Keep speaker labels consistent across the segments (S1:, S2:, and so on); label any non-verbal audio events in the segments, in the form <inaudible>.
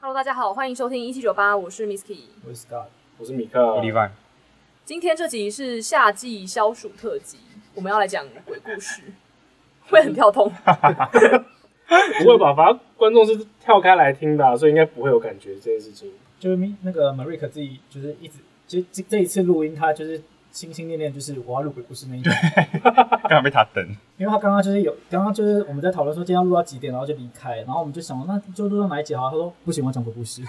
S1: Hello，大家好，欢迎收听一七九八，我是 Misky。
S2: 我是 Scott，
S3: 我是米克，啊
S4: 例外，
S1: 今天这集是夏季消暑特辑，我们要来讲鬼故事， <laughs> 会很跳
S3: <laughs>
S1: 通。
S3: 不会吧？反正观众是跳开来听的啊、所以应该不会有感觉这件事情。
S2: 就是咪那个 Marika 自己就是一直，就这这一次录音，他就是心心念念就是我要录鬼故事那一集，
S4: 刚好被他等。
S2: 因为他刚刚就是有刚刚就是我们在讨论说今天要录到几点，然后就离开，然后我们就想那就录到哪一集好啊，他说不行，我要讲鬼故事，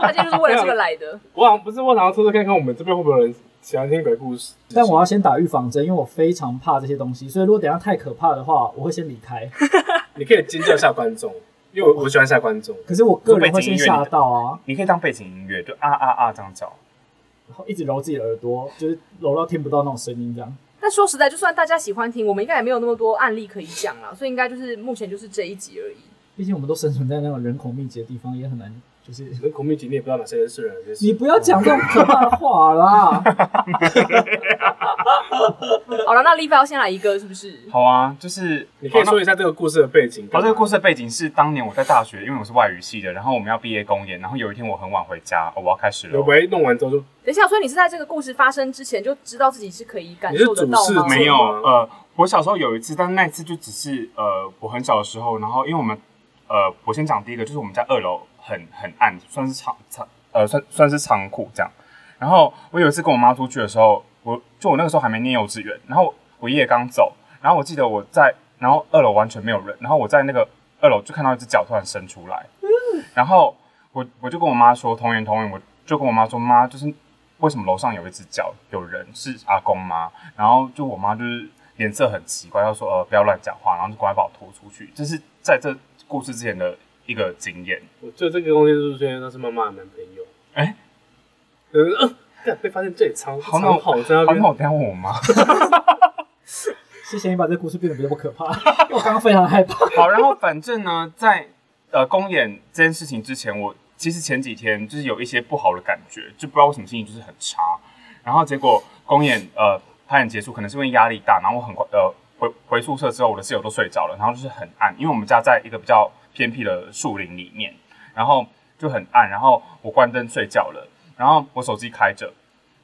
S1: 他今天就是为了这个来的，
S3: 我好像不是，我想要测试看看我们这边会不会有人喜欢听鬼故事。
S2: 但我要先打预防针，因为我非常怕这些东西，所以如果等一下太可怕的话，我会先离开。
S3: 你可以尖叫吓观众，因为我我喜欢吓观众。
S2: 可是我个人会先吓到啊，
S4: 你可以当背景音乐，就啊啊啊这样叫。
S2: 然后一直揉自己的耳朵，就是揉到听不到那种声音这样。
S1: 但说实在，就算大家喜欢听，我们应该也没有那么多案例可以讲啊啦，所以应该就是目前就是这一集而已。
S2: 毕竟我们都生存在那种人口密集的地方，也很难就是。 <laughs>
S3: 你跟孔密集，你也不知道哪些人是人，哪些是
S2: 你不要讲这种可怕的话啦！
S1: 好了，那 l e v 要先来一个，是不是？
S4: 好啊，就是
S3: 你可以说一下这个故事的背景。
S4: 好，这个故事的背景是当年我在大学，因为我是外语系的，然后我们要毕业公演，然后有一天我很晚回家，哦、我要开始
S3: 刘
S4: 了。
S3: 维弄完之后就
S1: 等一下，所以你是在这个故事发生之前就知道自己是可以感受得到
S3: 你是主
S1: 吗？
S3: 事者
S4: 没有，呃，我小时候有一次，但那一次就只是呃，我很小的时候，然后因为我们呃，我先讲第一个，就是我们家二楼很很暗，算是仓仓呃算算是仓库这样。然后我有一次跟我妈出去的时候，我就我那个时候还没念幼稚园，然后我爷爷刚走，然后我记得我在，然后二楼完全没有人，然后我在那个二楼就看到一只脚突然伸出来，然后我我就跟我妈说同源同源，我就跟我妈说妈就是为什么楼上有一只脚有人是阿公吗？然后就我妈就是脸色很奇怪，她说呃不要乱讲话，然后就赶快把我拖出去，这是在这故事之前的一个经验。
S3: 我就这个东西就是说那是妈妈的男朋友。
S4: 哎
S3: 嗯，呃干被发现这里藏
S4: 好
S3: 藏
S4: 那我
S3: 好在那
S4: 好，
S3: 边
S4: 那，我等一下问我妈。
S2: 谢谢你把这个故事变得比较不可怕，我刚刚非常害怕。 <laughs>
S4: <laughs> 好，然后反正呢，在呃公演这件事情之前，我其实前几天就是有一些不好的感觉，就不知道为什么心情就是很差。然后结果公演呃拍演结束，可能是因为压力大，然后我很快呃回回宿舍之后，我的室友都睡着了，然后就是很暗，因为我们家在一个比较偏僻的树林里面，然后就很暗，然后我关灯睡觉了，然后我手机开着，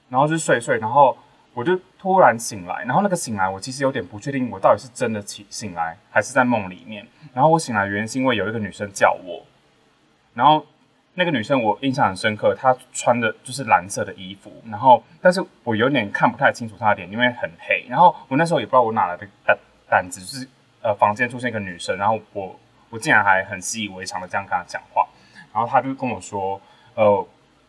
S4: 然后就睡一睡，然后我就突然醒来，然后那个醒来，我其实有点不确定，我到底是真的起醒来，还是在梦里面。然后我醒来原因是因为有一个女生叫我，然后那个女生我印象很深刻，她穿的就是蓝色的衣服，然后但是我有点看不太清楚她的脸，因为很黑。然后我那时候也不知道我哪来的胆胆子，就是呃房间出现一个女生，然后我我竟然还很习以为常的这样跟她讲话，然后她就跟我说，呃，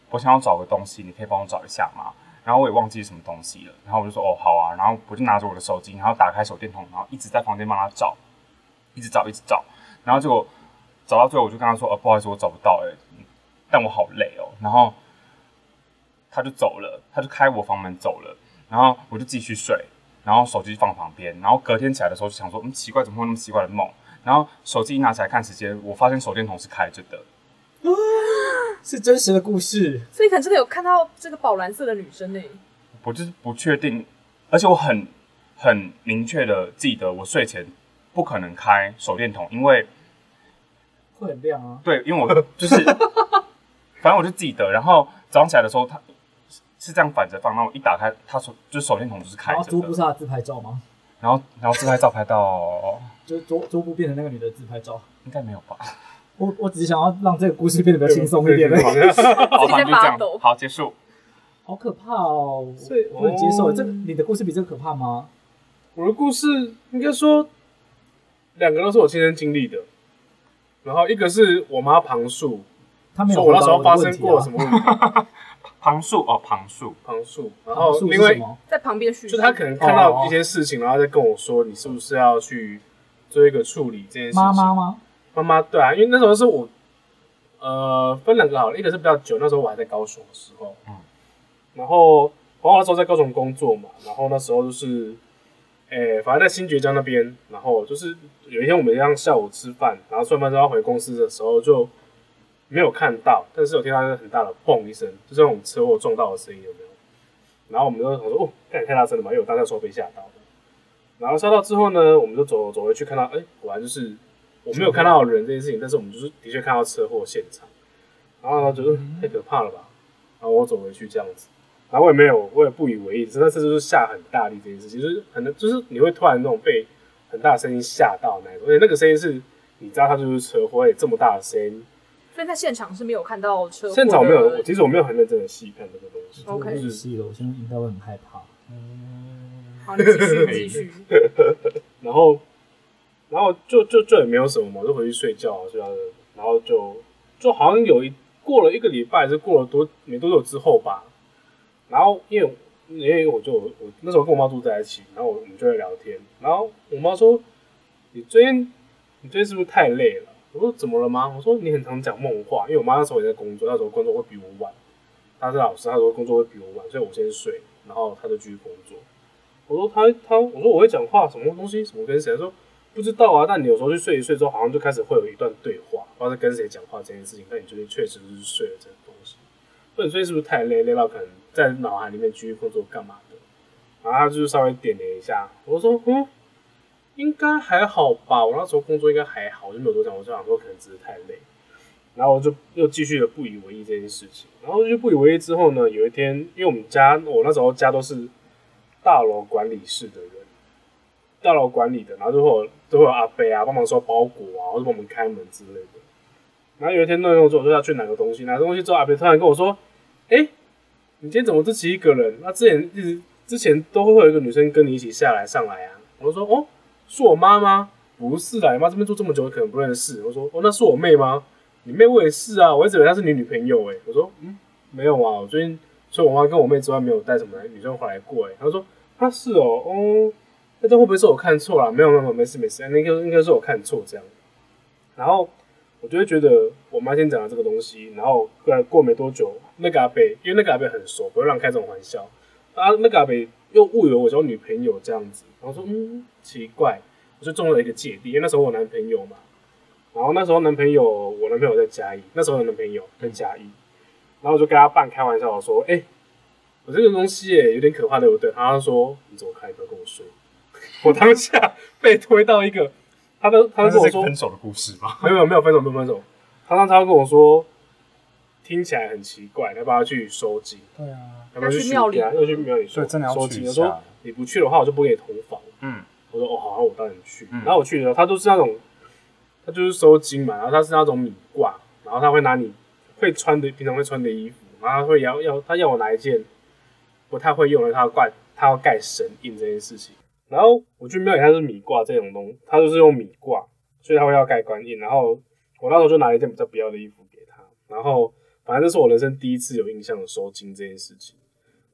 S4: 我想要找个东西，你可以帮我找一下吗？然后我也忘记什么东西了，然后我就说哦好啊，然后我就拿着我的手机，然后打开手电筒，然后一直在房间帮她找，一直找一直找，然后结果找到最后我就跟她说哦不好意思我找不到哎、欸，但我好累哦，然后她就走了，她就开我房门走了，然后我就继续睡，然后手机放旁边，然后隔天起来的时候就想说嗯奇怪怎么会有那么奇怪的梦，然后手机一拿起来看时间，我发现手电筒是开着的，
S2: 是真实的故事，
S1: 所以可能真的有看到这个宝蓝色的女生呢、
S4: 我就是不确定，而且我很很明确的记得，我睡前不可能开手电筒，因为
S2: 会很亮啊。
S4: 对，因为我就是，反正我就记得。然后早上起来的时候，它是是这样反着放，然后我一打开，它手就是手电筒就是开
S2: 然后
S4: 着
S2: 桌布
S4: 的，
S2: 是他的自拍照吗？
S4: 然后然后自拍照拍到，
S2: 就是桌桌布变成那个女的自拍照。
S4: 应该没有吧？
S2: 我我只是想要让这个故事变得比较轻松一点而已。
S4: 好，反正就这
S1: 发抖
S4: 样，好结束。
S2: 好可怕哦！
S3: <laughs> 所以
S2: 我不能接受
S3: 哦
S2: 这个。你的故事比这个可怕吗？
S3: 我的故事应该说，两个都是我亲身经历的。然后一个是我妈旁述，
S2: 他没有
S3: 说我
S2: 回
S3: 那时
S2: 答
S3: 候
S2: 我
S3: 发
S2: 的问
S3: 生
S2: 题
S3: 过什
S2: 啊。
S3: 么问题，
S4: 旁述哦，旁述，
S2: <laughs>
S3: 旁述。然
S2: 好
S3: 后
S2: 是
S3: 另
S2: 什
S3: 外
S2: 么？哦
S1: 在旁边叙述，
S3: 就他可能看到一些事情，然后再跟我说，你是不是要去做一个处理这件事情？
S2: 妈妈吗？
S3: 妈妈对啊，因为那时候是我，呃，分两个好了，一个是比较久，那时候我还在高雄的时候，
S4: 嗯
S3: 然后然后那时候在高雄工作嘛，然后那时候就是，诶、反正在新觉江那边，然后就是有一天我们一样下午吃饭，然后吃完饭之后要回公司的时候就没有看到，但是有听到那个很大的砰一声，就是那种车祸撞到的声音，有没有？然后我们就想说，哦，干也太大声了吧，因为我当下说被吓到了。然后吓到之后呢，我们就走走回去，看到，哎，果然就是我没有看到人这件事情，但是我们就是的确看到车祸现场。然后他觉得太可怕了吧，然后我走回去这样子，然后我也没有，我也不以为意，但是就是下很大力这件事情，就是可能就是你会突然那种被很大的声音吓到那一种，而且那个声音是你知道他就是车祸，而且这么大的声音，
S1: 所以在现场是没有看到车祸的。
S3: 现场没有，我其实我没有很认真的细看这个东西，
S1: OK
S2: 日系的，我现在应该会很害怕。
S3: 嗯
S1: 好，你继续继续。
S3: 然后，然后就就就也没有什么嘛，就回去睡觉啊，睡觉的，然后就就好像有一过了一个礼拜，还是过了多没多久之后吧。然后因为因为我就我那时候跟我妈住在一起，然后我们就在聊天，然后我妈说：“你最近你最近是不是太累了？”我说：“怎么了吗？”我说：“你很常讲梦话，因为我妈那时候也在工作，那时候工作会比我晚，她是老师，她说工作会比我晚，所以我先睡，然后她就继续工作。”我说他他，我说我会讲话，什么东西，什么跟谁？他说不知道啊。但你有时候去睡一睡之后，好像就开始会有一段对话，不知道在跟谁讲话这件事情。但你最近确实是睡了这个东西，所以你最近是不是太累，累到可能在脑海里面继续工作干嘛的？然后他就是稍微点了一下，我说嗯，应该还好吧。我那时候工作应该还好，我就没有多想。我就想说可能只是太累，然后我就又继续的不以为意这件事情。然后就不以为意之后呢，有一天，因为我们家我那时候家都是大楼管理室的人，大楼管理的，然后就会有就会有阿伯啊帮忙收包裹啊，或者帮我们开门之类的。然后有一天弄一弄之后，我就要去拿个东西，拿个东西之后，阿伯突然跟我说：“哎、你今天怎么自己一个人？那之前一直之前都会有一个女生跟你一起下来上来啊。”我就说：“哦，是我妈吗？不是啦，你妈这边住这么久，可能不认识。”我说：“哦，那是我妹吗？你妹我也是啊，我一直以为她是你女朋友诶、我说：“嗯，没有啊，我最近除了我妈跟我妹之外，没有带什么女生回来过诶、他说：“他是哦，哦，那这会不会是我看错了？没有没有没有，没事没事，那个应该是我看错这样。然后我就会觉得我妈先讲了这个东西，然后过过没多久，那个阿北因为那个阿北很熟，不会乱开这种玩笑啊，那个阿北又误以为我交女朋友这样子，然后说嗯奇怪，我就中了一个芥蒂，因为那时候我有男朋友嘛，然后那时候男朋友我男朋友在嘉义，那时候的男朋友在嘉义，然后我就跟他半开玩笑的说，哎、我这个东西耶有点可怕，对不对？然后他说你走开，不要跟我睡。我当下被推到一个，他都他
S4: 但
S3: 都
S4: 是
S3: 跟我说
S4: 这个分手的故事吗？
S3: 没有没有没有分手没有分手，他当时他跟我说，听起来很奇怪，要不要去收金？
S2: 对啊，
S3: 要不
S1: 要
S3: 要
S1: 去
S3: 许
S1: 庙里
S3: 家要去庙里收
S4: 对真的要
S3: 收
S4: 去
S3: 金。
S4: 一
S3: 我
S4: 下
S3: 说你不去的话，我就不给你同房。
S4: 嗯，
S3: 我说哦好，我当然去。
S4: 嗯
S3: 然后我去的时候，他都是那种，他就是收金嘛，然后他是那种米褂，然后他会拿你会穿的平常会穿的衣服，然后他会要要他要我拿一件不太会用的，他要盖他要盖神印这件事情。然后我去庙里，他是米褂这种东西，他就是用米褂，所以他会要盖官印。然后我那时候就拿了一件比较不要的衣服给他，然后反正这是我人生第一次有印象的收金这件事情。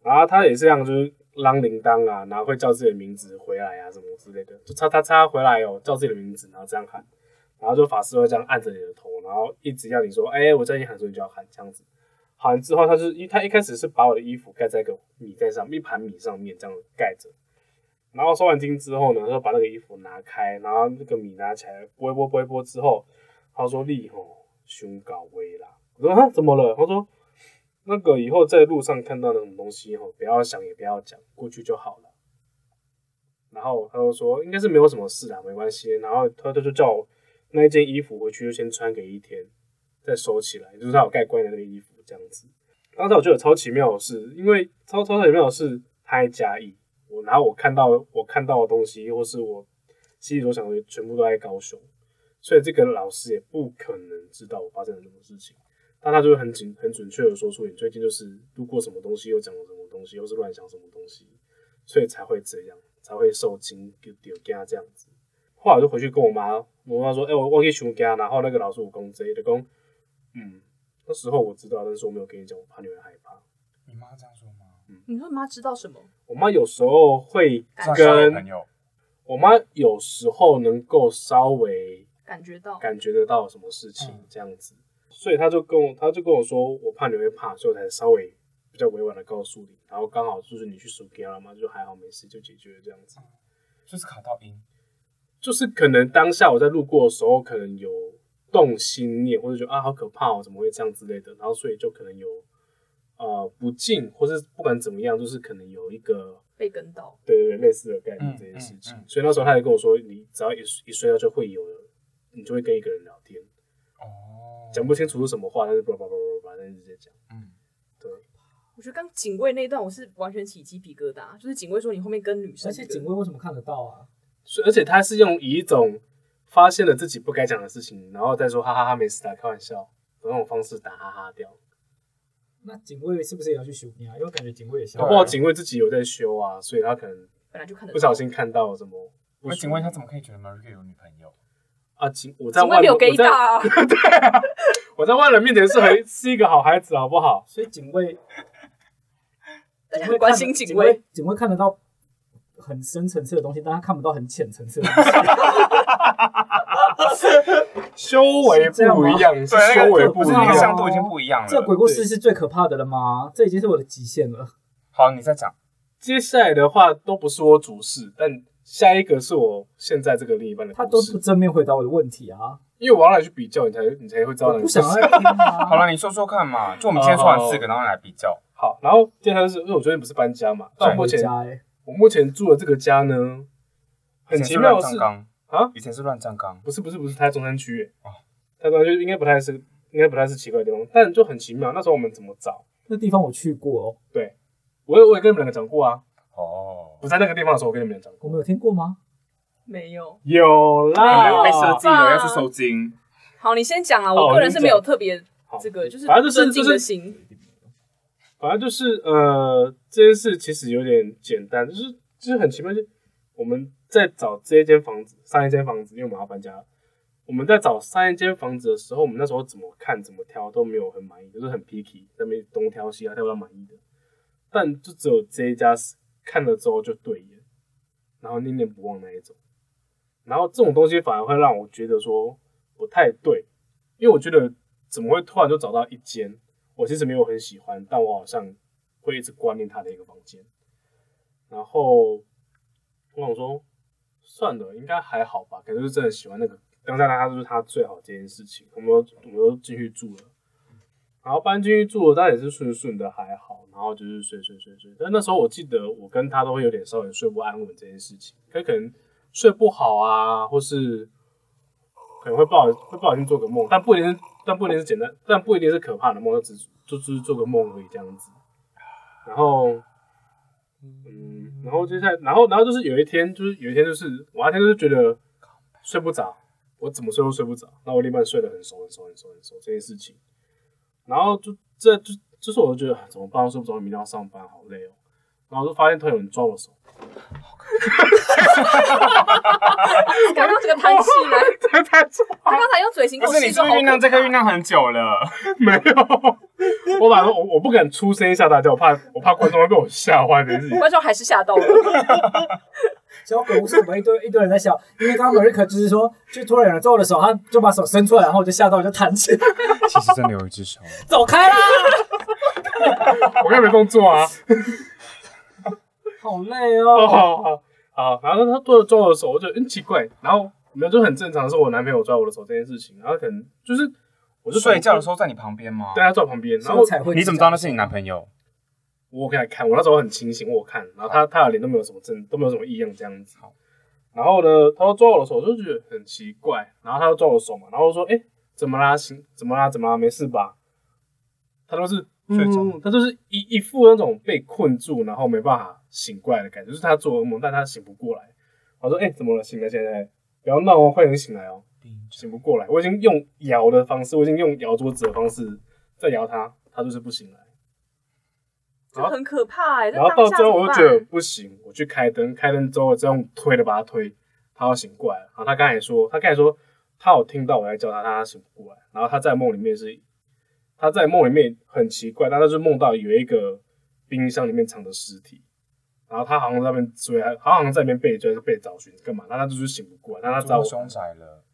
S3: 然后啊他也是这样，就是啷铃铛啊，然后会叫自己的名字回来啊，什么之类的，就叉叉叉回来哦，叫自己的名字，然后这样喊，然后就法师会这样按着你的头，然后一直要你说，哎、我叫你喊的时候你就要喊这样子。喊完之后，他就是一他一开始是把我的衣服盖在一个米在上，一盘米上面这样盖着。然后收完金之后呢，他就把那个衣服拿开，然后那个米拿起来拨一拨拨一拨之后，他说：“力吼，胸搞微啦。”我说：“啊，怎么了？”他说：“那个以后在路上看到那种东西吼，不要想也不要讲，过去就好了。然后他就说应该是没有什么事啦，没关系。然后他他就叫我那一件衣服回去就先穿给一天，再收起来，就是他有盖棺的那个衣服这样子。当时我觉得超奇妙的是，因为超超奇妙的是他在嘉义，我然后我看到我看到的东西，或是我心里所想的，全部都在高雄，所以这个老师也不可能知道我发生了什么事情。但他就会很准很准确的说出你最近就是路过什么东西，又讲了什么东西，又是乱想什么东西，所以才会这样，才会受惊丢丢给他这样子。后来我就回去跟我妈，我妈说：“哎、我我去熊家。”然后那个老师我公贼的公，嗯，那时候我知道，但是我没有跟你讲，我怕你会害怕。
S4: 你妈这样说吗？
S1: 你说你妈知道什么？
S3: 我妈有时候会
S1: 感觉
S4: 朋
S3: 跟
S4: 友，
S3: 我妈有时候能够稍微
S1: 感觉到
S3: 感觉得到什么事情
S2: 嗯
S3: 这样子，所以他就跟我他就跟我说，我怕你会怕，所以我才稍微比较委婉的告诉你，然后刚好就是你去数给他了嘛，就还好没事就解决了这样子。
S4: 嗯就是卡到音，
S3: 就是可能当下我在路过的时候，可能有动心念，或者觉得啊好可怕哦，怎么会这样之类的，然后所以就可能有呃不敬，或是不管怎么样，就是可能有一个
S1: 被跟到，
S3: 对对对，类似的概念这件事情。
S4: 嗯嗯嗯
S3: 所以那时候他也跟我说，你只要一一睡觉就会有了，你就会跟一个人聊天，
S4: 哦
S3: 讲不清楚是什么话，但是叭叭叭叭叭，把那件事情讲。
S4: 嗯，
S3: 对，
S1: 我觉得刚警卫那一段我是完全起鸡皮疙瘩，就是警卫说你后面跟女生
S2: 而
S1: 一个，
S2: 且警卫为什么看得到啊？
S3: 所以而且他是用以一种发现了自己不该讲的事情，然后再说哈哈哈没事的，开玩笑的那种方式打哈哈掉。
S2: 那警卫是不是也要去修啊？因为我感觉警卫也消
S3: 搞
S4: 对
S3: 不好警卫自己有在修啊，所以他可能
S1: 本来就看得到
S3: 不小心看到什么不
S4: 我
S3: 舒服。
S4: 请问一下，怎么可以觉得 Marika 有女朋友？
S3: 啊，警我在
S1: 警
S3: 外
S1: 卫没有给
S3: 我
S1: 你
S3: 在
S1: 打、啊，
S3: 我在外人面前是很是一个好孩子，好不好？
S2: 所以警卫
S1: 大 <laughs> 家
S2: 警
S1: 很
S2: 卫
S1: 关
S2: 看
S1: 心
S2: 得
S1: 警
S2: 警
S1: 卫。，
S2: 警卫看得到很深层次的东西，但他看不到很浅层次的东西。
S3: 修为
S2: 是这样
S3: 不
S2: 吗
S3: 一样，是
S4: 那
S3: 修为
S4: 个
S3: 不
S4: 不
S3: 一
S4: 是那个
S2: 像
S3: 样。
S4: 向度已经不一样了。
S2: 这鬼故事是最可怕的了吗？这已经是我的极限了。
S4: 好，你再讲。
S3: 接下来的话都不是我主事，但下一个是我现在这个另一半的
S2: 他都
S3: 故
S2: 不
S3: 事，
S2: 正面回答我的问题啊！
S3: 因为我要来去比较，你才你才会知道
S2: 我
S3: 那
S2: 不
S3: 个
S2: 想要听
S4: <laughs>
S2: 啊！
S4: 好了，你说说看嘛。就我们今天说完四个，然后来比较。
S3: 好，然后接下来就是因为我最近不是搬家嘛，但我
S4: 对
S3: 目
S2: 回
S3: 前
S2: 家哎，
S3: 我目前住的这个家呢，很奇妙
S4: 以
S3: 的
S4: 前
S3: 是
S4: 是乱葬
S3: 啊
S4: 岗，以前是乱葬岗。
S3: 不是不是不是，他在中山区耶
S4: 哦，
S3: 他中山区应该不太是应该不太是奇怪的地方，但就很奇妙。那时候我们怎么找？
S2: 那地方我去过哦，
S3: 我也我也跟你们两个讲过啊，
S4: 哦
S3: 不，在那个地方的时候，我跟你们讲
S2: 我
S3: 过。
S2: 们有听过吗？
S1: 没有。
S3: 有啦，
S1: 哦
S4: 被设计了，
S1: 哇
S4: 要去受精。
S1: 好，你先讲啊，
S3: 哦
S1: 我个人是没有特别
S3: 好
S1: 这个，就是
S3: 反正就是
S1: 尊敬
S3: 就
S1: 的
S3: 是
S1: 心。
S3: 反正就是呃，这件事其实有点简单，就是就是很奇妙，就是我们在找这一间房子，上一间房子，因为我们要搬家了，我们在找上一间房子的时候，我们那时候怎么看怎么挑都没有很满意，就是很 picky，在那边东挑西挑挑不到满意的，但就只有这一家是看了之后就对眼，然后念念不忘那一种，然后这种东西反而会让我觉得说不太对，因为我觉得怎么会突然就找到一间。我其实没有很喜欢，但我好像会一直挂念他的一个房间。然后我想说，算了，应该还好吧，可能就是真的喜欢那个当下他就是他最好这件事情。我们都我们都进去住了，然后搬进去住了，但也是顺顺的还好，然后就是睡睡睡睡。但那时候我记得我跟他都会有点稍微睡不安稳这件事情，可可能睡不好啊，或是可能会不好会不小心做个梦，但不一定是但不一定是简单，但不一定是可怕的梦，就只就只是做个梦而已这样子。然后，嗯，然后接下来，然后然后就是有一天，就是有一天就是我那天就是觉得睡不着，我怎么睡都睡不着。那我另一半睡得很熟很熟很熟很熟这件事情，然后就这就就是我就觉得啊怎么办，我睡不着，明天要上班，好累哦。然后就发现突然有人抓我手，
S1: 刚刚这个叹气呢，
S3: <laughs> 他他
S1: 他刚才用嘴型跟
S3: 哦
S4: 不
S1: 我
S4: 是，你
S1: 示
S4: 是不
S1: 说
S4: 是
S1: 好
S4: 酝酿这
S1: 可
S4: 个
S1: 怕
S4: 酝酿很久了。
S3: <laughs> 没有，我把我我不敢出声吓大家，我怕我怕观众会被我吓坏这件事情。
S1: 观众还是吓到了。
S2: 小鬼屋是我们一堆 <laughs> 一堆人在笑，因为刚刚 Marika 只是说，就突然有人抓我的手，他就把手伸出来，然后我就吓到，我就弹起来， <laughs>
S4: 其实真的有一只手。
S2: 走开啦！
S3: 我刚才没动作啊。
S2: 好累
S3: 哦，
S2: 哦。
S3: 好好好，然后他突然抓我的手，我就嗯奇怪，然后没有就很正常，是我男朋友抓我的手这件事情，然后可能就是 <laughs> 我
S4: 我
S3: 就是
S4: 睡觉的时
S3: 候，
S4: 候在你旁边吗？
S3: 对他啊坐我旁边，然
S2: 然
S3: 后
S2: 后才会
S4: 你怎么知道那是你男朋友？
S3: 我给他看，我那时候很清醒，我有看，然后他他的脸都没有什么症，都没有什么异样这样子
S4: 好。
S3: 然后呢，他就抓我的手，我就觉得很奇怪，然后他就抓我的手嘛，然后我说，哎、怎么啦？行，怎么啦？怎么啦？没事吧？他都是
S4: 睡着
S3: 嗯，他就是一一副那种被困住，然后没办法醒过来的感觉，就是他做噩梦，但他醒不过来。我说，哎、怎么了？醒了，现在不要闹哦，快点醒来哦，醒不过来。我已经用摇的方式，我已经用摇桌子的方式在摇他，他就是不醒来。
S1: 就很可怕哎、欸。
S3: 然后到最后我就觉得
S1: 得，
S3: 不行，我去开灯，开灯之后我再用推的把他推，他要醒过来。然后他刚才说，他刚才说他有听到我在叫他，但他醒不过来。然后他在梦里面是，他在梦里面很奇怪，但他就是梦到有一个冰箱里面藏着尸体，然后他好像在那边追，他好像在那边被追，还是被找寻干嘛？但他就是醒不过来，但他
S4: 他
S3: 知道
S4: 找
S3: 我
S4: 凶宅了。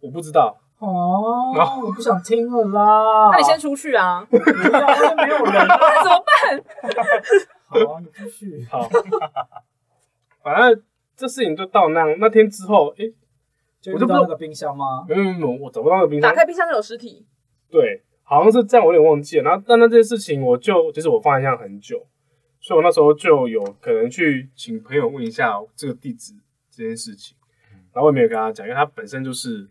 S3: 我不知道，然
S2: 哦
S3: 后，
S2: 我不想听了啦。
S1: 那你先出去啊，那
S2: 不要，那边没有人。
S1: 怎么办？
S2: 好啊，你继
S3: <laughs>
S2: 续。
S3: 好，反正这事情就到那样那天之后，诶、
S2: 就
S3: 我
S2: 遇
S3: 就不
S2: 到那个冰箱吗？
S3: 没有没有没有，我找不到那个冰箱
S1: 打，开冰箱就有尸体，
S3: 对，好像是这样，我有点忘记了。然后，但那件事情，我就其实我放一下很久，所以我那时候就有可能去请朋友问一下这个地址这件事情，
S4: 嗯
S3: 然后我也没有跟他讲，因为他
S4: 嗯
S3: 本身就是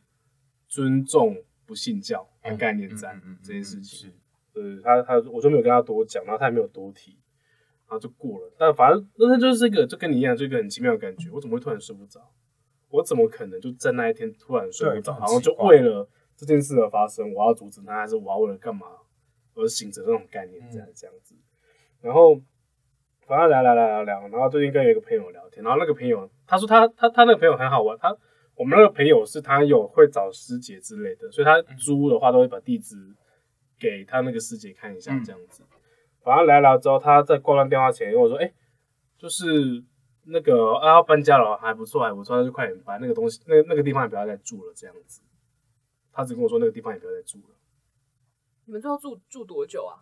S3: 尊重不信教的概念在这件事情。
S4: 是
S3: 对他他我就没有跟他多讲，然后他也没有多提，然后就过了。但反正那天就是一个就跟你一样，就一个很奇妙的感觉，我怎么会突然睡不着？我怎么可能就在那一天突然睡不着，
S4: 对
S3: 然后就
S4: 很奇怪
S3: 为了这件事而发生，我要阻止他，还是我要为了干嘛而醒着那种概念这样这样子。然后反正聊聊聊聊聊，然后最近跟有一个朋友聊天，然后那个朋友他说他他他那个朋友很好玩，他我们那个朋友是他有会找师姐之类的，所以他租的话都会把地址给他那个师姐看一下
S4: 嗯
S3: 这样子。反正聊聊之后，他在挂断电话前跟我说：“哎、就是那个啊要搬家了，还不错还不错，那就快点搬那个东西，那那个地方也不要再住了这样子。”他只跟我说那个地方也不要再住了。
S1: 你们最后住住多久啊？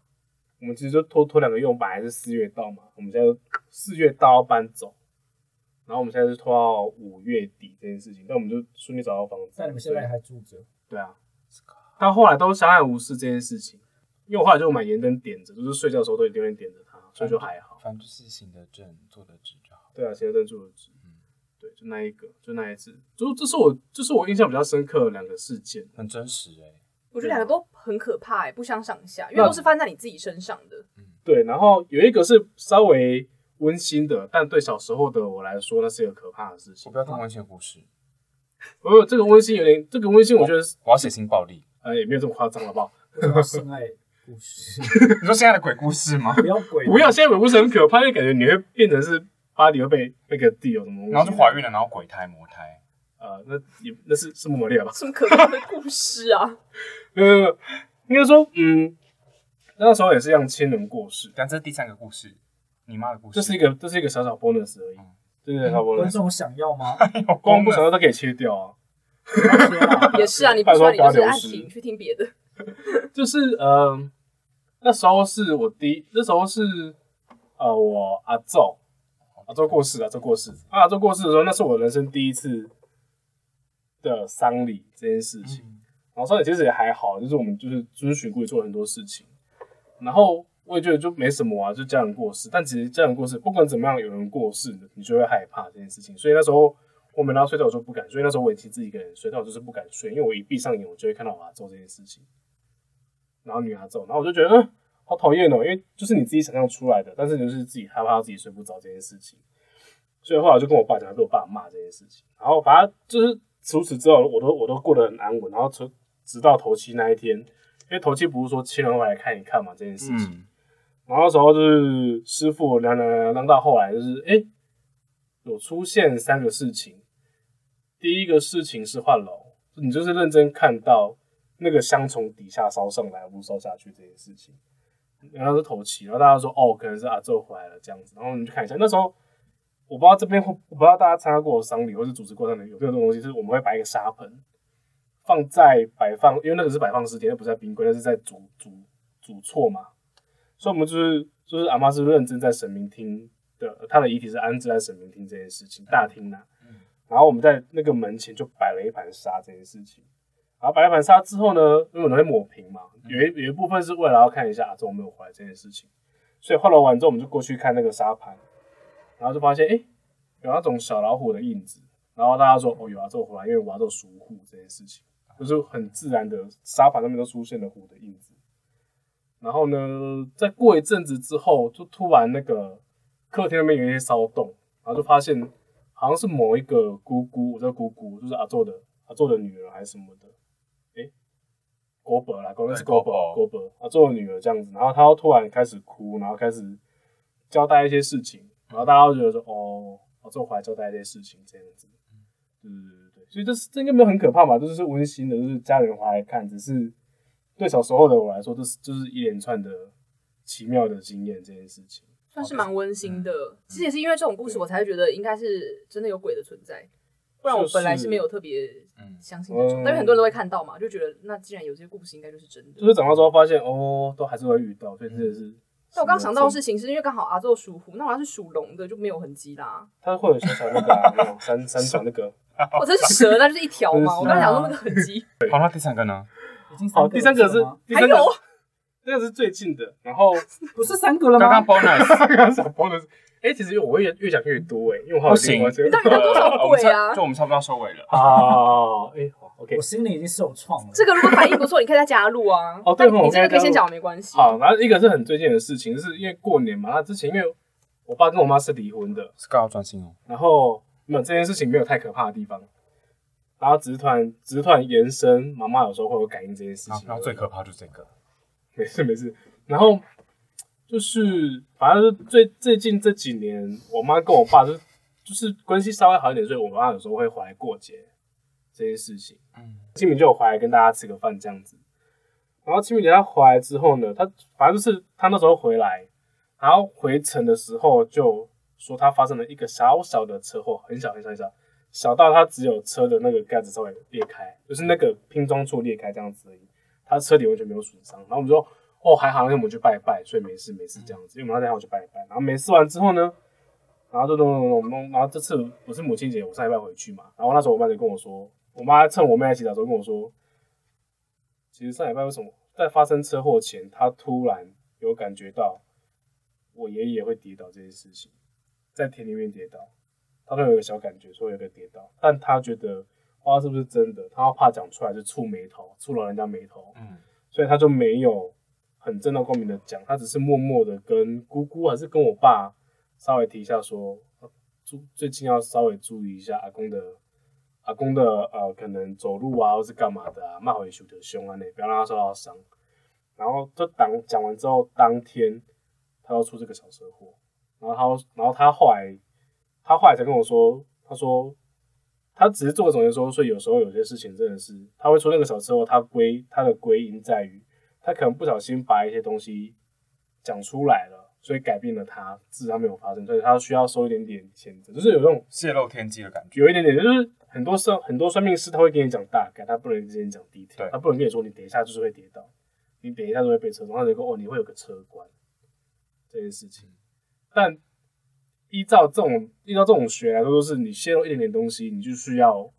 S3: 我们其实就拖拖两个月，我们本来是四月到嘛，我们现在四月到要搬走，然后我们现在是拖到五月底这件事情，但我们就顺利找到房子。
S2: 但你们现在还住着，
S3: 对啊，但后来都相安无事这件事情，因为我后来就买盐灯点着，就是睡觉的时候都一定会点着它，所以就还好。
S4: 反正就是行得正，坐得直就好。
S3: 对啊，咸蛋猪的纸
S4: 嗯，
S3: 对，就那一个，就那一次，就这是我，这是我印象比较深刻的两个事件。
S4: 很真实哎、
S1: 我觉得两个都很可怕、欸，不相上下，因为
S3: 啊那
S1: 都是翻在你自己身上的。
S3: 对，然后有一个是稍微温馨的，但对小时候的我来说，那是一个可怕的事
S4: 我
S3: 情
S4: 不。要听温情故事，
S3: 不过这个温馨有点，这个温馨我觉得是，
S4: 我要写性暴
S3: <laughs>
S4: 力。
S3: 呃，也没有这么夸张，好不好？
S2: 我想要性爱故
S3: <laughs>
S2: 事，
S4: 你说现在的鬼故事吗？
S2: 不要鬼，
S3: 不要，现在鬼故事很可怕，因为感觉你会变成是巴黎会被那个地有什么东西，
S4: 然后就怀孕了，然后鬼胎魔胎，
S3: 呃，那也那是是魔力吧？ <laughs>
S1: 什么可怕的故事啊？
S3: 没有没有没有，应该说，嗯，那时候也是让亲人过世，
S4: 但这是第三个故事，你妈的故事。
S3: 这是一个这是一个小小 bonus 而已
S4: 嗯，
S3: 真的小 bonus
S2: 观。众想要
S3: <laughs>
S2: 吗？
S3: 光不想要都可以切掉啊。
S2: 不要说啦
S1: 也是啊，你不
S3: 拜托
S1: 说你就
S3: 不
S1: 是
S3: 要流
S1: 按
S3: 失
S1: 停去听别的。
S3: 就是呃，那时候是我第一，那时候是呃我阿昼，阿昼过世，阿昼过世，啊阿昼过世的时候，那是我人生第一次的丧礼这件事情。
S4: 嗯
S3: 然后丧礼其实也还好，就是我们就是遵循规矩做了很多事情，然后。我也觉得就没什么啊，就家人过世。但其实家人过世，不管怎么样，有人过世，你就会害怕这件事情。所以那时候我每到睡觉，我就不敢睡。那时候我也是自己一个人睡，但我就是不敢睡，因为我一闭上眼，我就会看到我阿昼这件事情。然后女孩走，然后我就觉得，嗯，好讨厌哦，因为就是你自己想象出来的，但是你就是自己害怕自己睡不着这件事情，所以后来我就跟我爸讲，被我爸骂这件事情，然后反正就是除此之后，我都我都过得很安稳，然后直直到头七那一天，因为头七不是说亲人会来看一看嘛这件事情，
S4: 嗯，
S3: 然后那时候就是师傅量量量量到后来就是，哎、有出现三个事情，第一个事情是换楼，你就是认真看到那个香从底下烧上来，不烧下去这件事情。然后是头七，然后大家说哦，可能是阿宙回来了这样子，然后你去看一下。那时候我不知道这边会，我不知道大家参加过我丧礼或是组织过丧礼有没有这种东西，就是我们会摆一个沙盆，放在摆放，因为那个是摆放尸体，那不是在冰柜，那是在煮煮煮错嘛。所以我们就是就是阿妈是认真在神明厅的，她的遗体是安置在神明厅这件事情大厅呐、然后我们在那个门前就摆了一盘沙这件事情。然后摆了一盘沙之后呢，因为我们会抹平嘛，有一有一部分是为了要看一下阿忠有没有回来这件事情，所以换了完之后，我们就过去看那个沙盘，然后就发现哎、诶有那种小老虎的印子，然后大家说哦有阿忠回来，因为我阿忠属虎这件事情，就是很自然的沙盘上面都出现了虎的印子。然后呢，再过一阵子之后，就突然那个客厅那边有一些骚动，然后就发现好像是某一个姑姑，我叫姑姑，就是阿宙的阿宙的女儿还是什么的，诶、国伯啦，果然是
S4: 对
S3: 国
S4: 国
S3: 伯国
S4: 伯，
S3: 伯阿宙的女儿这样子，然后她又突然开始哭，然后开始交代一些事情，然后大家都觉得说，哦，阿宙回来交代一些事情这样子，对对对对，所以这是这应该没有很可怕吧，这就是温馨的，就是家人回来看，只是对小时候的我来说，这是就是一连串的奇妙的经验这件事情。
S1: 算是蛮温
S3: 嗯
S1: 馨的。其实也是因为这种故事，我才会觉得应该是真的有鬼的存在，不然我本来是没有特别
S4: 嗯
S1: 相信这种，
S3: 嗯
S1: 但因为很多人都会看到嘛，就觉得那既然有这些故事，应该就是真
S3: 就
S1: 的。
S3: 是长大之后发现，哦，都还是会遇到，所以真的是。
S1: 但我刚刚想到的事，情是因为刚好阿宙属虎，那我要是属龙的就没有痕迹啦，
S3: 它会有小小那个
S4: <laughs>
S3: 啊那种三三角那个。
S1: 或者是蛇，那就是一条嘛。我
S3: 哦真
S1: 刚刚
S3: 是啊
S1: 想说那个痕
S3: <laughs>
S1: 迹，
S4: 好，那第三个呢？
S2: 已经
S3: 好，第三个是
S2: 了吗
S3: 第
S1: 还
S3: 三个
S1: 有，
S3: <laughs> 那个是最近的，然
S4: <laughs>
S3: 后
S2: 不是三个了
S4: 刚刚
S2: 吗？
S1: 啊
S4: bonus
S3: 刚刚想播的是，哎，其实我越越讲越多哎，因为我好
S4: 不行
S3: 我觉
S1: <laughs> <laughs> 你
S3: 得
S1: 到底有多少
S4: 呃我们
S1: 鬼啊
S4: 差就我们差不多要收尾了。
S3: 啊，哎，好， OK
S2: 我心里已经受创了。
S1: 这个如果反应不错，你可以再加入啊。
S3: 哦对哦
S1: 但你
S3: 我
S1: 这
S3: 可以
S1: 个可以
S3: 加
S1: 先
S3: 入
S1: 讲没关系。
S3: 好，然后一个是很最近的事情，是因为过年嘛，那之前因为我爸跟我妈是离婚的，
S4: s c 要专心哦。
S3: 然后没有这件事情没有太可怕的地方，然后只是突然只是突然延伸，妈妈有时候会有感应这件事
S4: 然
S3: 情
S4: 后，然后啊最可怕就是这个，
S3: 没事没事。然后就是反正就是最最近这几年，我妈跟我爸就是就是关系稍微好一点，所以我妈有时候会回来过节这件事情。
S4: 嗯，
S3: 清明就有回来跟大家吃个饭这样子。然后清明节他回来之后呢，他反正就是他那时候回来，然后回程的时候就说他发生了一个小小的车祸，很小很小很小，小到他只有车的那个盖子稍微裂开，就是那个拼装处裂开这样子而已，他车底完全没有损伤。然后我们说哦还好，那我们去拜拜，所以没事没事这样子，因为我们那天我去拜拜，然后没事完之后呢。然后就弄弄弄弄，然后这次不是母亲节，我上礼拜回去嘛，然后那时候我妈就跟我说，我妈趁我妹在洗澡的时候跟我说，其实上礼拜为什么在发生车祸前，她突然有感觉到我爷爷会跌倒这件事情，在田里面跌倒，她都有一个小感觉，说有个跌倒，但她觉得不知道是不是真的，她怕讲出来就触眉头，触老人家眉头，
S4: 嗯，
S3: 所以他就没有很正大光明的讲，他只是默默的跟姑姑还是跟我爸稍微提一下说，呃注最近要稍微注意一下阿公的阿公的呃可能走路啊或是干嘛的啊，骂回熊的凶啊那不要让他受到伤。然后就当讲完之后，当天他要出这个小车祸，然后他然后他后来他后来才跟我说，他说他只是做个总结说，所以有时候有些事情真的是他会出那个小车祸，他归他的归因在于他可能不小心把一些东西讲出来了，所以改变了他，致他没有发生，所以他需要收一点点谴责，就是有这种
S4: 泄露天机的感觉。
S3: 有一点点，就是很多算很多算命师他会跟你讲大概，他不能跟你讲 d e
S4: 对
S3: 他不能跟你说你等一下就是会跌倒，你等一下就会被车撞，他就说哦你会有个车关这件事情。但依照这种依照这种学来说，就是你泄露一点点东西，你就需要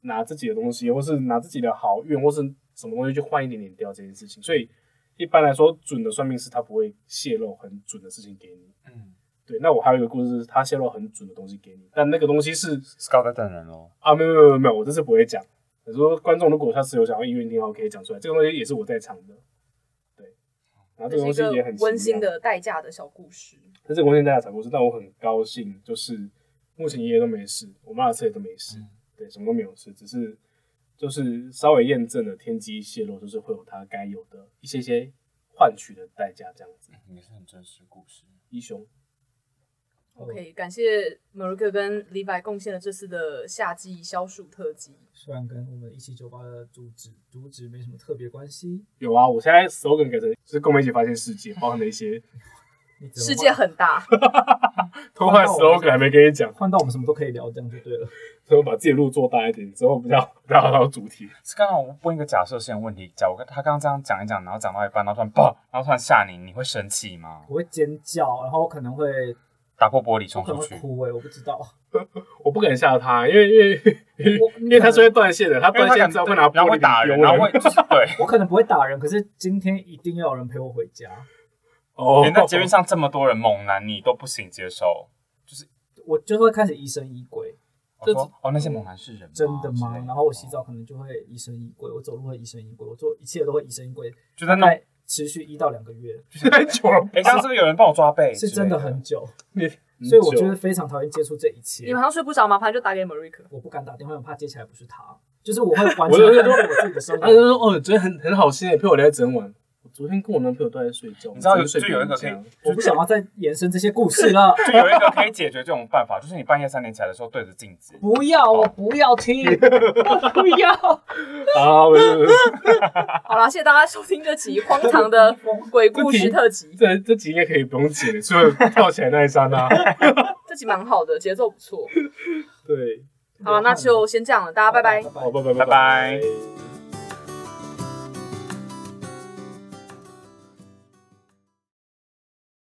S3: 拿自己的东西，或是拿自己的好运，或是什么东西去换一点点掉这件事情。所以一般来说，准的算命师他不会泄露很准的事情给你。
S4: 嗯
S3: 对，那我还有一个故事，是他泄露很准的东西给你，但那个东西是
S4: s c 在等人哦喽。
S3: 啊，没有没有没有没有，我这次不会讲。我说观众如果下次有想要音乐听好，可以讲出来，这个东西也是我在场的，对。然后啊这
S1: 这
S3: 个东西
S1: 是一
S3: 也
S1: 个
S3: 很奇妙
S1: 温馨，的代价的小故事。
S3: 这是温馨大家讲故事，但我很高兴，就是目前爷爷都没事，我妈的车也都没事，
S4: 嗯
S3: 对，什么都没有事，只是就是稍微验证了天机泄露，就是会有它该有的一些些换取的代价，这样子。
S4: 嗯也是很真实故事。
S3: 一雄，哦
S1: OK，感谢 m 瑞克跟李白贡献了这次的夏季消暑特辑。
S2: 虽然跟我们一七九八的主旨主旨没什么特别关系，
S3: 有啊，我现在 slogan 改成就是跟我们一起发现世界，包含了一些
S2: 你只能
S1: 世界很大，
S3: 偷换 slogan 还没跟你讲。
S2: 换到我们什么都可以聊，这样就对了。
S3: 所以我把自己的路做大一点，之后比较比较好主题。
S4: 是刚刚我问一个假设性的问题，假如他刚刚这样讲一讲，然后讲到一半，然后突然爆，然后突然吓你，你会生气吗？
S2: 我会尖叫，然后我可能会
S4: 打破玻璃
S2: 我
S4: 冲
S2: 可能
S4: 出
S2: 会
S4: 去？
S2: 哭哎、我不知道。
S3: 我不敢吓他，因为因为
S2: 我
S3: <laughs> 因为他是会断线的，他断线之后会拿
S4: 然
S3: 玻
S4: 后会
S3: 璃
S4: 打
S3: 打
S4: 人，然后会就是对。
S2: 我可能不会打人，可是今天一定要有人陪我回家。
S3: 哦
S4: 连在捷运上这么多人猛男，你都不行接受。
S2: 我就是会开始疑神疑鬼，
S4: 我
S3: 这
S4: 说哦，那些猛男是人吗
S2: 真啊的吗
S4: 之类？
S2: 然后我洗澡可能就会疑神疑鬼，我走路会疑神疑鬼，我做一切都会疑神疑鬼，
S4: 就在
S2: 大
S4: 那，
S2: 概持续一到两个月，
S3: 太久了，
S4: 哎，刚刚是不是有人帮我抓背？
S2: 是真的很，久，
S3: 你
S2: 所以我觉得非常讨厌接触这一切
S1: 你。晚上睡不着吗？反正就打给 m 瑞克。
S2: 我不敢打电话，我怕接起来不是他，就是哎我会完 <laughs>
S3: 我
S2: 全
S3: 就
S2: 我
S3: 是说
S2: 自己的 <laughs> 生
S3: 他就
S2: 活。
S3: 说哦，昨天很很好心的陪我聊一整晚。我昨天跟我男朋友都在睡觉，
S4: 你知道有
S3: 我只是
S4: 就
S3: 睡
S4: 有一个
S3: 别
S4: 可以
S3: 人家，
S2: 我不想要再延伸这些故事了，
S4: 就有一个可以解决这种办法，就是你半夜三点起来的时候对着镜子，
S2: <laughs> 不要，我不要听，我不 <laughs> 要。
S3: 啊，没事没事
S1: 好啦，谢谢大家收听这
S3: <laughs>
S1: 集荒唐的鬼故事特辑，
S3: 这这集应该可以不用剪了，除了跳起来那一刹那。
S1: 这集蛮好的，节奏
S3: <laughs>
S1: 不错。
S3: 对，
S1: 好啦，那就先这样了，大家拜拜。
S3: 好，拜拜
S4: 拜拜
S3: 拜。